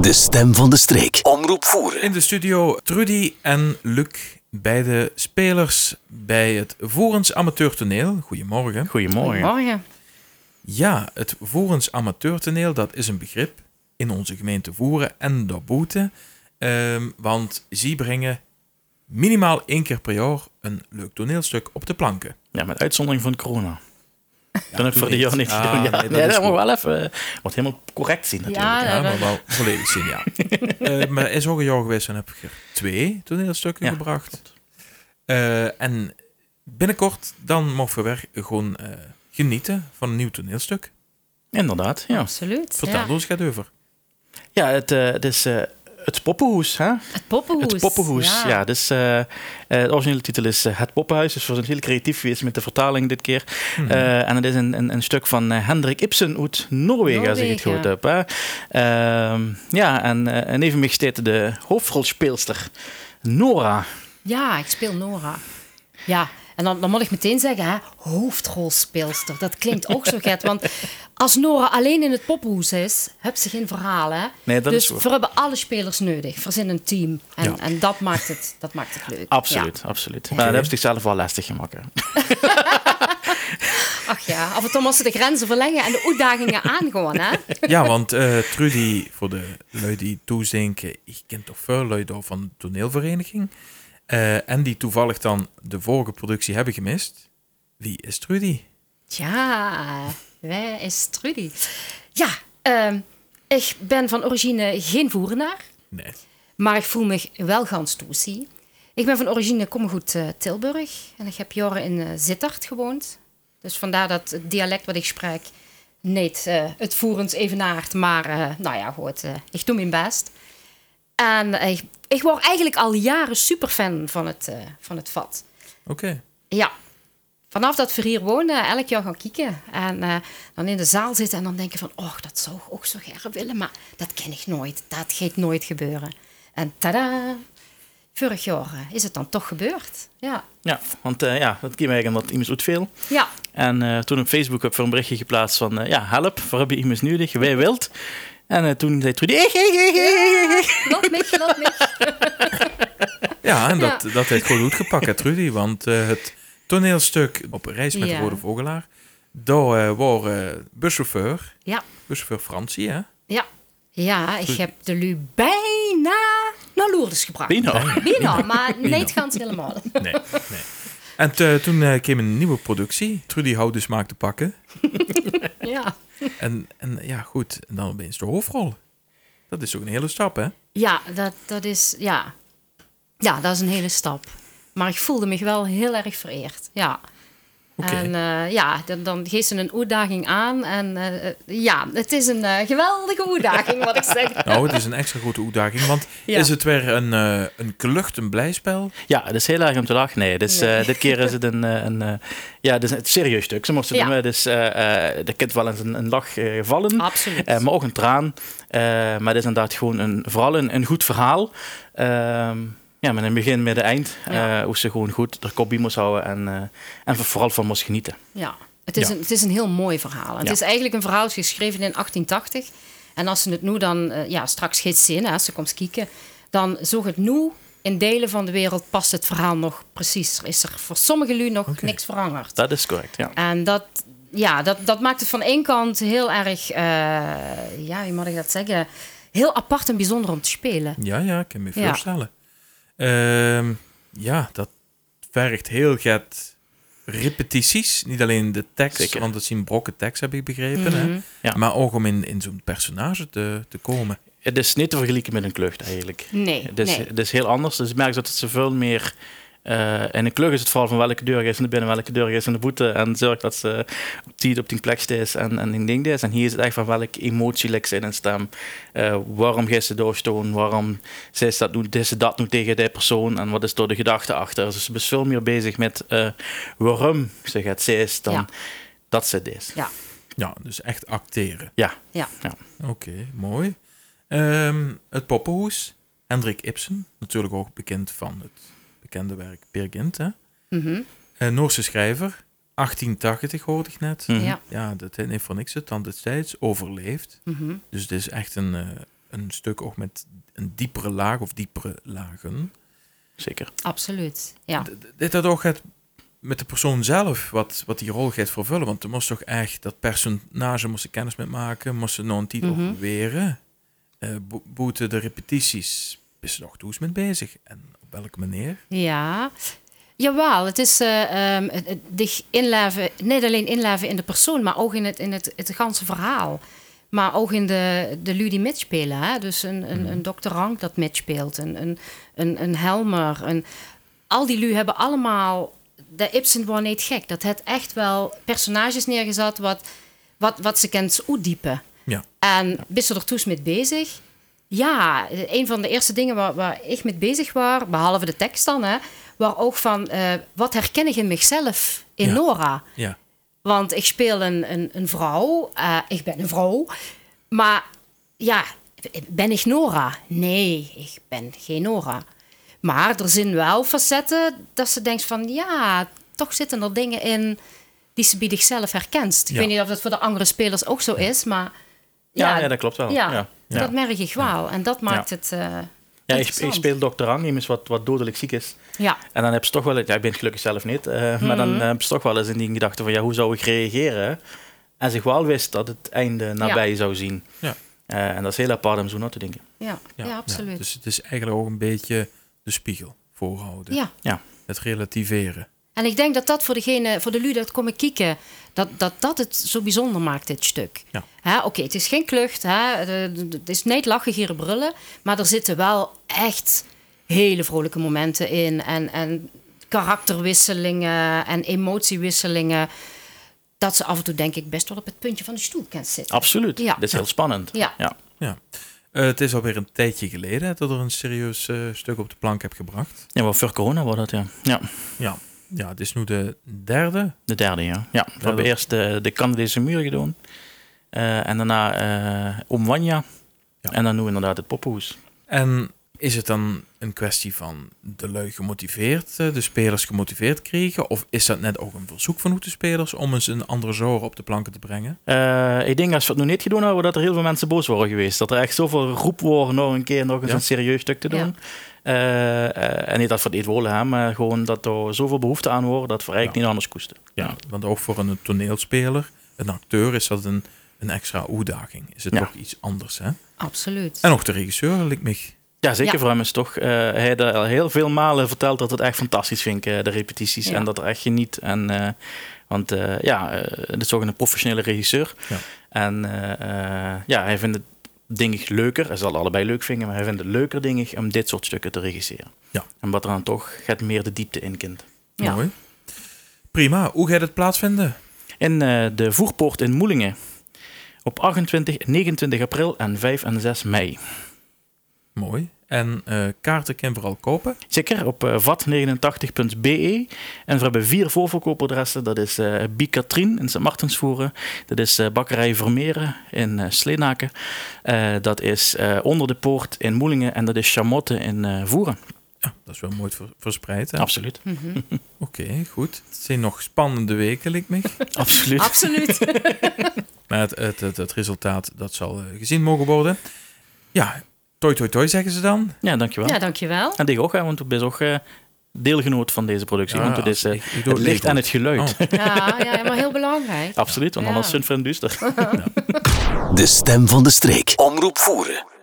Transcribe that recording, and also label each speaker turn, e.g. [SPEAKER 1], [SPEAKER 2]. [SPEAKER 1] De stem van de streek. Omroep voeren.
[SPEAKER 2] In de studio Trudy en Luc, beide spelers bij het Vorens Amateurtoneel. Goedemorgen.
[SPEAKER 3] Goedemorgen.
[SPEAKER 4] Morgen.
[SPEAKER 2] Ja, het Vorens Amateurtoneel, dat is een begrip in onze gemeente Voeren en daarbuiten. Ehm want zij brengen minimaal één keer per jaar een leuk toneelstuk op de planken.
[SPEAKER 3] Ja, met uitzondering van corona. Dan heb ik voor de
[SPEAKER 2] niet.
[SPEAKER 3] jaar niet
[SPEAKER 2] Ah,
[SPEAKER 3] gedaan. Ja,
[SPEAKER 2] nee,
[SPEAKER 3] nee,
[SPEAKER 2] dat
[SPEAKER 3] dat,
[SPEAKER 2] is
[SPEAKER 3] moet wel even. eh, Moet helemaal correct zien natuurlijk.
[SPEAKER 4] Ja,
[SPEAKER 2] Ja,
[SPEAKER 4] Ah, dat-
[SPEAKER 2] maar wel volledig zien, ja. Eh, maar er is ook een jaar geweest en heb ik er twee toneelstukken
[SPEAKER 3] Ja,
[SPEAKER 2] gebracht. Eh, en binnenkort dan mogen we weer gewoon eh, genieten van een nieuw toneelstuk.
[SPEAKER 3] Inderdaad, ja.
[SPEAKER 4] Absoluut.
[SPEAKER 2] Vertel
[SPEAKER 4] ja.
[SPEAKER 2] ons, gaat over.
[SPEAKER 3] Ja, het, eh, het is eh, het poppenhoes, hè?
[SPEAKER 4] Het poppenhoes.
[SPEAKER 3] Het poppenhoes, ja. dus, eh, eh, de originele titel is eh, Het poppenhuis. Dus we zijn heel creatief geweest met de vertaling dit keer. Eh, en het is een, een, een stuk van eh, Hendrik Ibsen uit Noorwegen, als ik het goed
[SPEAKER 4] Noorwegen.
[SPEAKER 3] heb. Hè? Ehm, ja, en, eh, en even mij steed de hoofdrolspeelster Nora.
[SPEAKER 4] Ja, ik speel Nora. Ja, en dan, dan moet ik meteen zeggen, hè, hoofdrolspeelster. Dat klinkt ook zo gek, want als Nora alleen in het poppenhoes is, heb ze geen verhaal, hè?
[SPEAKER 3] Nee, dat
[SPEAKER 4] dus
[SPEAKER 3] is waar.
[SPEAKER 4] we hebben alle spelers nodig. We zijn een team. En, en dat, maakt het, dat maakt het leuk.
[SPEAKER 3] Absoluut, absoluut. Maar dat hebben ze zichzelf wel lastig gemaakt. hè.
[SPEAKER 4] Ja. Ach ja, af en toe moesten de grenzen verlengen en de uitdagingen aan gewoon, hè?
[SPEAKER 2] Ja, want eh, Trudy, voor de lui die toezinken, ik ken toch veel lui daar van de toneelvereniging. Eh, en die toevallig dan de vorige productie hebben gemist. Wie is Trudy?
[SPEAKER 4] Ja, wij is Trudy. Ja, ehm, ik ben van origine geen voerenaar.
[SPEAKER 2] Nee.
[SPEAKER 4] Maar ik voel me wel gans toesie. Ik ben van origine kom goed eh Tilburg. En ik heb jaren in eh, Sittard gewoond. Dus vandaar dat het dialect wat ik spreek niet eh, het voerend evenaart. Maar eh, nou ja, goed, eh, ik doe mijn best. En eh, ik, ik word eigenlijk al jaren superfan van het, eh, van het vat.
[SPEAKER 2] Oké.
[SPEAKER 4] Ja. Vanaf dat we hier wonen, elk jaar gaan kieken. En eh, dan in de zaal zitten en dan denken van... oh, dat zou ik ook zo graag willen, maar dat ken ik nooit. Dat gaat nooit gebeuren. En tada! Vorig jaar eh, is het dan toch gebeurd. Ja.
[SPEAKER 3] Ja, want eh, ja, dat kwam eigenlijk omdat iemand doet veel.
[SPEAKER 4] Ja.
[SPEAKER 3] En eh, toen op Facebook heb ik een berichtje geplaatst van... eh, ja, help, waar heb je iemand nodig? Wij wilt. En eh, toen zei Trudy... "Ik, ik, ik, ik, ik."
[SPEAKER 4] Laat me, laat me.
[SPEAKER 2] Ja, en dat, dat heeft goed uitgepakt, hè, Trudy. Want eh, het toneelstuk op reis met de
[SPEAKER 4] Ja.
[SPEAKER 2] Rode Vogelaar, daar eh was eh, buschauffeur,
[SPEAKER 4] Ja.
[SPEAKER 2] buschauffeur Fransie, hè?
[SPEAKER 4] Ja. Ja, ik heb de lu bijna naar Lourdes gebracht.
[SPEAKER 3] Bino.
[SPEAKER 4] Bijna, maar niet gans helemaal.
[SPEAKER 2] Nee, nee. En eh, toen eh kwam een nieuwe productie, Trudy houdt de smaak te pakken.
[SPEAKER 4] Ja.
[SPEAKER 2] En, en ja, goed, en dan opeens de hoofdrol. Dat is ook een hele stap, hè?
[SPEAKER 4] Ja, dat, dat is... Ja. ja, dat is een hele stap. Maar ik voelde me wel heel erg vereerd. Ja.
[SPEAKER 2] Oké.
[SPEAKER 4] En eh, ja, dan, dan geeft ze een uitdaging aan. En eh, eh, ja, het is een eh, geweldige uitdaging, wat ik zeg.
[SPEAKER 2] Nou, het is een extra grote uitdaging, want
[SPEAKER 4] Ja.
[SPEAKER 2] is het weer een, eh, een klucht, een blijspel?
[SPEAKER 3] Ja, dat is heel erg om te lachen. Nee, dus, eh, dit keer is het een, eh, een, eh, ja, het is een serieus stuk. Ze moesten
[SPEAKER 4] Ja.
[SPEAKER 3] noemen. Dus eh eh er kunt wel eens een, een lach eh, vallen.
[SPEAKER 4] Absoluut.
[SPEAKER 3] Eh, maar ook een traan. Eh, maar het is inderdaad gewoon een, vooral een, een goed verhaal. Ehm, ja, met een begin, midden, eind.
[SPEAKER 4] Ja.
[SPEAKER 3] Eh, hoe ze gewoon goed de kopie moest houden en, eh, en vooral van moest genieten.
[SPEAKER 4] Ja, het is,
[SPEAKER 2] Ja.
[SPEAKER 4] Een, het is een heel mooi verhaal. Het
[SPEAKER 3] Ja.
[SPEAKER 4] is eigenlijk een verhaal geschreven in 1880. En als ze het nu dan, eh, ja, straks geeft ze in, hè, als ze komt kieken, dan zoek het nu in delen van de wereld past het verhaal nog precies. Er Is er voor sommige lui nog niks veranderd.
[SPEAKER 3] Dat is correct, ja.
[SPEAKER 4] En dat, ja, dat, dat maakt het van één kant heel erg, eh, ja, hoe moet ik dat zeggen? Heel apart en bijzonder om te spelen.
[SPEAKER 2] Ja, ja, ik kan me
[SPEAKER 4] Ja.
[SPEAKER 2] voorstellen. Ehm, ja, dat vergt heel get repetities. Niet alleen de tekst,
[SPEAKER 3] Zeker.
[SPEAKER 2] want het zien brokken tekst, heb ik begrepen.
[SPEAKER 4] Mhm.
[SPEAKER 2] hè?
[SPEAKER 3] Ja.
[SPEAKER 2] Maar ook om in, in zo'n personage te, te komen.
[SPEAKER 3] Het is niet te vergelijken met een klucht eigenlijk.
[SPEAKER 4] Nee,
[SPEAKER 3] Het is,
[SPEAKER 4] nee.
[SPEAKER 3] het is heel anders. Dus ik merk dat het ze veel meer. eh in een klucht is het vooral van welke deur is naar binnen, welke deur is naar boete. En zorg dat ze op die, op die plek is en, en die ding is. En hier is het echt van welke emotie ligt ze in een stem. Eh, waarom gaat ze doorstoon? Waarom zei ze dat nu, deed ze dat nu tegen die persoon? En wat is door de gedachte achter? Dus ze is veel meer bezig met eh, waarom ze gaat zeggen dan
[SPEAKER 4] Ja.
[SPEAKER 3] dat ze dit is.
[SPEAKER 4] Ja,
[SPEAKER 2] Ja, dus echt acteren.
[SPEAKER 3] Ja.
[SPEAKER 4] ja.
[SPEAKER 2] Oké, mooi. Ehm, het poppenhoes. Hendrik Ibsen, natuurlijk ook bekend van het bekende werk Peer Gynt. Hè?
[SPEAKER 4] Mhm.
[SPEAKER 2] Een Noorse schrijver, 1880 hoorde ik net.
[SPEAKER 3] Mhm.
[SPEAKER 4] ja.
[SPEAKER 2] Ja, dat heeft voor niks de tand destijds overleefd.
[SPEAKER 4] Mhm.
[SPEAKER 2] Dus het is echt een, eh, een stuk ook met een diepere laag of diepere lagen.
[SPEAKER 3] Zeker.
[SPEAKER 4] Absoluut. Ja.
[SPEAKER 2] D- d- Dit had ook het met de persoon zelf, wat, wat die rol gaat vervullen. Want er moest toch echt dat personage moest er kennis mee maken, moest ze nog een titel
[SPEAKER 4] Mhm.
[SPEAKER 2] beweren. Eh, bo- boete de repetities, is er nog toes mee bezig. En op welke manier?
[SPEAKER 4] Ja. Jawel, het is eh, ehm, het- het dich inleven, niet alleen inleven in de persoon, maar ook in het, in het, het ganse verhaal. Maar ook in de, de lui die mitspelen. Hè? Dus een, een, een Dr. Rank dat mitspeelt, een, een, een, een Helmer. Een, al die lui hebben allemaal... De Ibsen was niet gek. Dat het echt wel personages neergezet wat, wat, wat ze kent oediepen.
[SPEAKER 2] Ja.
[SPEAKER 4] En Ehm, bist je er toes mee bezig? Ja, een van de eerste dingen waar, waar ik mee bezig was, behalve de tekst dan, hè, waar ook van eh, wat herken ik in mezelf, in
[SPEAKER 2] Ja.
[SPEAKER 4] Nora?
[SPEAKER 2] Ja,
[SPEAKER 4] Want ik speel een, een, een vrouw, eh, ik ben een vrouw, maar ja, ben ik Nora? Nee, ik ben geen Nora. Maar er zijn wel facetten dat ze denkt van ja, toch zitten er dingen in die ze bij zichzelf herkent. Ik
[SPEAKER 2] Ja.
[SPEAKER 4] weet niet of dat voor de andere spelers ook zo is, maar
[SPEAKER 3] Ja, ja, dat klopt wel.
[SPEAKER 4] ja,
[SPEAKER 3] Ja.
[SPEAKER 4] dat merk ik wel. En dat maakt
[SPEAKER 3] Ja.
[SPEAKER 4] het. eh,
[SPEAKER 3] Ja, ik,
[SPEAKER 4] interessant.
[SPEAKER 3] ik speel Dr. Rang, iemand wat, wat dodelijk ziek is.
[SPEAKER 4] Ja,
[SPEAKER 3] En dan heb je toch wel... Ja, ik ben het gelukkig zelf niet. eh, Maar dan
[SPEAKER 4] Mhm.
[SPEAKER 3] heb je toch wel eens in die gedachte van... Ja, hoe zou ik reageren? En zich wel wist dat het einde nabij zou zien.
[SPEAKER 2] Ja.
[SPEAKER 3] Eh, en dat is heel apart om zo na te denken.
[SPEAKER 4] ja, ja, absoluut. Ja,
[SPEAKER 2] Dus het is eigenlijk ook een beetje de spiegel
[SPEAKER 3] dus-
[SPEAKER 2] voorhouden. Het relativeren.
[SPEAKER 4] En ik denk dat dat voor degene, voor de lui dat komen kieken, dat, dat dat het zo bijzonder maakt, dit stuk.
[SPEAKER 2] Ja.
[SPEAKER 4] Hè, Oké, het is geen klucht, hè, de- de- de- het is niet lachen, gieren, brullen, maar er zitten wel echt hele vrolijke momenten in. En, en karakterwisselingen en emotiewisselingen. Dat ze af en toe, denk ik, best wel op het puntje van de stoel kan zitten.
[SPEAKER 3] Absoluut.
[SPEAKER 4] Ja.
[SPEAKER 3] Dit is heel spannend.
[SPEAKER 4] Ja.
[SPEAKER 3] ja.
[SPEAKER 2] Ja. Eh, het is alweer een tijdje geleden hè, dat er een serieus eh, stuk op de plank heb gebracht.
[SPEAKER 3] Ja, maar voor corona was dat, ja. ja.
[SPEAKER 2] Ja. ja, het is nu de derde.
[SPEAKER 3] De derde, ja. ja we hebben
[SPEAKER 2] dat-
[SPEAKER 3] eerst de, de Canadese muur gedaan. Eh, en daarna eh Om Wanja.
[SPEAKER 2] Ja.
[SPEAKER 3] En dan nu inderdaad het poppenhoes.
[SPEAKER 2] En is het dan een kwestie van de lui gemotiveerd, eh, de spelers gemotiveerd kregen? Of is dat net ook een verzoek van hoe de spelers om eens een andere genre op de planken te brengen?
[SPEAKER 3] Eh, ik denk als we het nu niet gedaan hadden, dat er heel veel mensen boos waren geweest. Dat er echt zoveel roep waren nog een keer nog eens
[SPEAKER 2] Ja.
[SPEAKER 3] een serieus stuk te doen.
[SPEAKER 4] Ja.
[SPEAKER 3] Eh, eh, en niet dat we het niet willen, hè, maar gewoon dat er zoveel behoefte aan waren dat we eigenlijk
[SPEAKER 2] Ja.
[SPEAKER 3] niet anders koesten. Ja.
[SPEAKER 2] Want ook voor een toneelspeler, een acteur, is dat een, een extra uitdaging. Is het
[SPEAKER 3] Ja.
[SPEAKER 2] toch iets anders, hè?
[SPEAKER 4] Absoluut.
[SPEAKER 2] En ook de regisseur, lijkt me.
[SPEAKER 3] Ja, zeker
[SPEAKER 4] Ja.
[SPEAKER 3] voor hem is het toch. eh, hij heeft al heel veel malen verteld dat het echt fantastisch vindt, eh, de repetities.
[SPEAKER 4] Ja.
[SPEAKER 3] En dat er echt geniet. En, eh, want eh, ja, eh, het is ook een professionele regisseur.
[SPEAKER 2] Ja.
[SPEAKER 3] En eh, eh, ja, hij vindt het dingig leuker. Hij zal allebei leuk vinden, maar hij vindt het leuker dingig om dit soort stukken te regisseren.
[SPEAKER 2] Ja.
[SPEAKER 3] En wat er dan toch gaat meer de diepte in kind.
[SPEAKER 4] Ja.
[SPEAKER 2] Mooi. Prima. Hoe gaat het plaatsvinden?
[SPEAKER 3] In eh, de Voerpoort in Moelingen. Op 28, 29 april en 5 en 6 mei.
[SPEAKER 2] Mooi. En eh, kaarten kan je vooral kopen.
[SPEAKER 3] Zeker op eh, vat89.be. En we hebben vier voorverkoopadressen. Dat is eh Bicatrien in Sint Martensvoeren. Dat is eh, Bakkerij Vermeeren in eh, Sleenaken. Eh, dat is eh, Onder de Poort in Moelingen. En dat is Chamotte in eh, Voeren. Hm,
[SPEAKER 2] Ja, dat is wel mooi ver- verspreid. hè?
[SPEAKER 3] Absoluut.
[SPEAKER 4] Mhm.
[SPEAKER 2] Oké, goed. Het zijn nog spannende weken, lijkt me.
[SPEAKER 3] Absoluut.
[SPEAKER 4] Absoluut.
[SPEAKER 2] Maar het, het, het, het resultaat, dat zal eh, gezien mogen worden. Ja, toi toi toi zeggen ze dan.
[SPEAKER 3] ja, dankjewel.
[SPEAKER 4] Ja, dankjewel.
[SPEAKER 3] En tegen ook, hè, want we zijn ook eh, deelgenoot van deze productie.
[SPEAKER 2] Ja,
[SPEAKER 3] want het is eh,
[SPEAKER 2] ik- ik doe
[SPEAKER 3] het
[SPEAKER 2] het
[SPEAKER 3] licht
[SPEAKER 2] niet
[SPEAKER 3] en
[SPEAKER 2] goed.
[SPEAKER 3] het geluid.
[SPEAKER 4] Ja, ja, maar heel belangrijk.
[SPEAKER 3] Absoluut, want
[SPEAKER 4] Ja.
[SPEAKER 3] anders zijn we in duister.
[SPEAKER 1] De stem van de streek. Omroep Voeren.